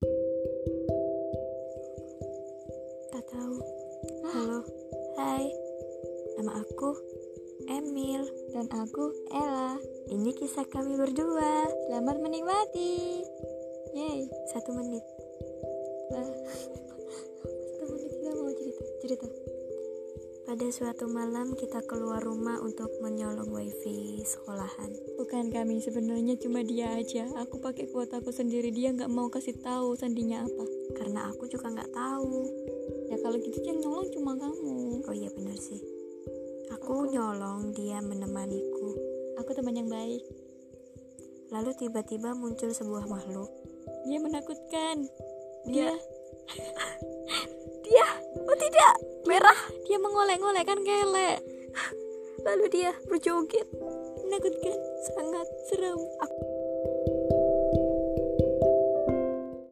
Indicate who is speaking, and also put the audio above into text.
Speaker 1: Ah, aku Emil dan aku Ella. Ini kisah kami berdua. Selamat menikmati. Yeay, satu menit. Wah, satu menit kita mau cerita. Cerita. Pada suatu malam kita keluar rumah untuk menyolong wifi sekolahan. Bukan kami, sebenarnya cuma dia aja. Aku pakai kuotaku sendiri, dia nggak mau kasih tahu sandinya apa. Karena aku juga nggak tahu. Ya kalau gitu yang nyolong cuma kamu. Oh iya benar sih. Aku nyolong, dia menemaniku. Aku teman yang baik. Lalu tiba-tiba muncul sebuah makhluk. Dia menakutkan. Dia. dia. Oh tidak. Merah. Dia mengolek-ngolek kan kelek. Lalu dia berjoget. Menakutkan. Sangat seram. Aku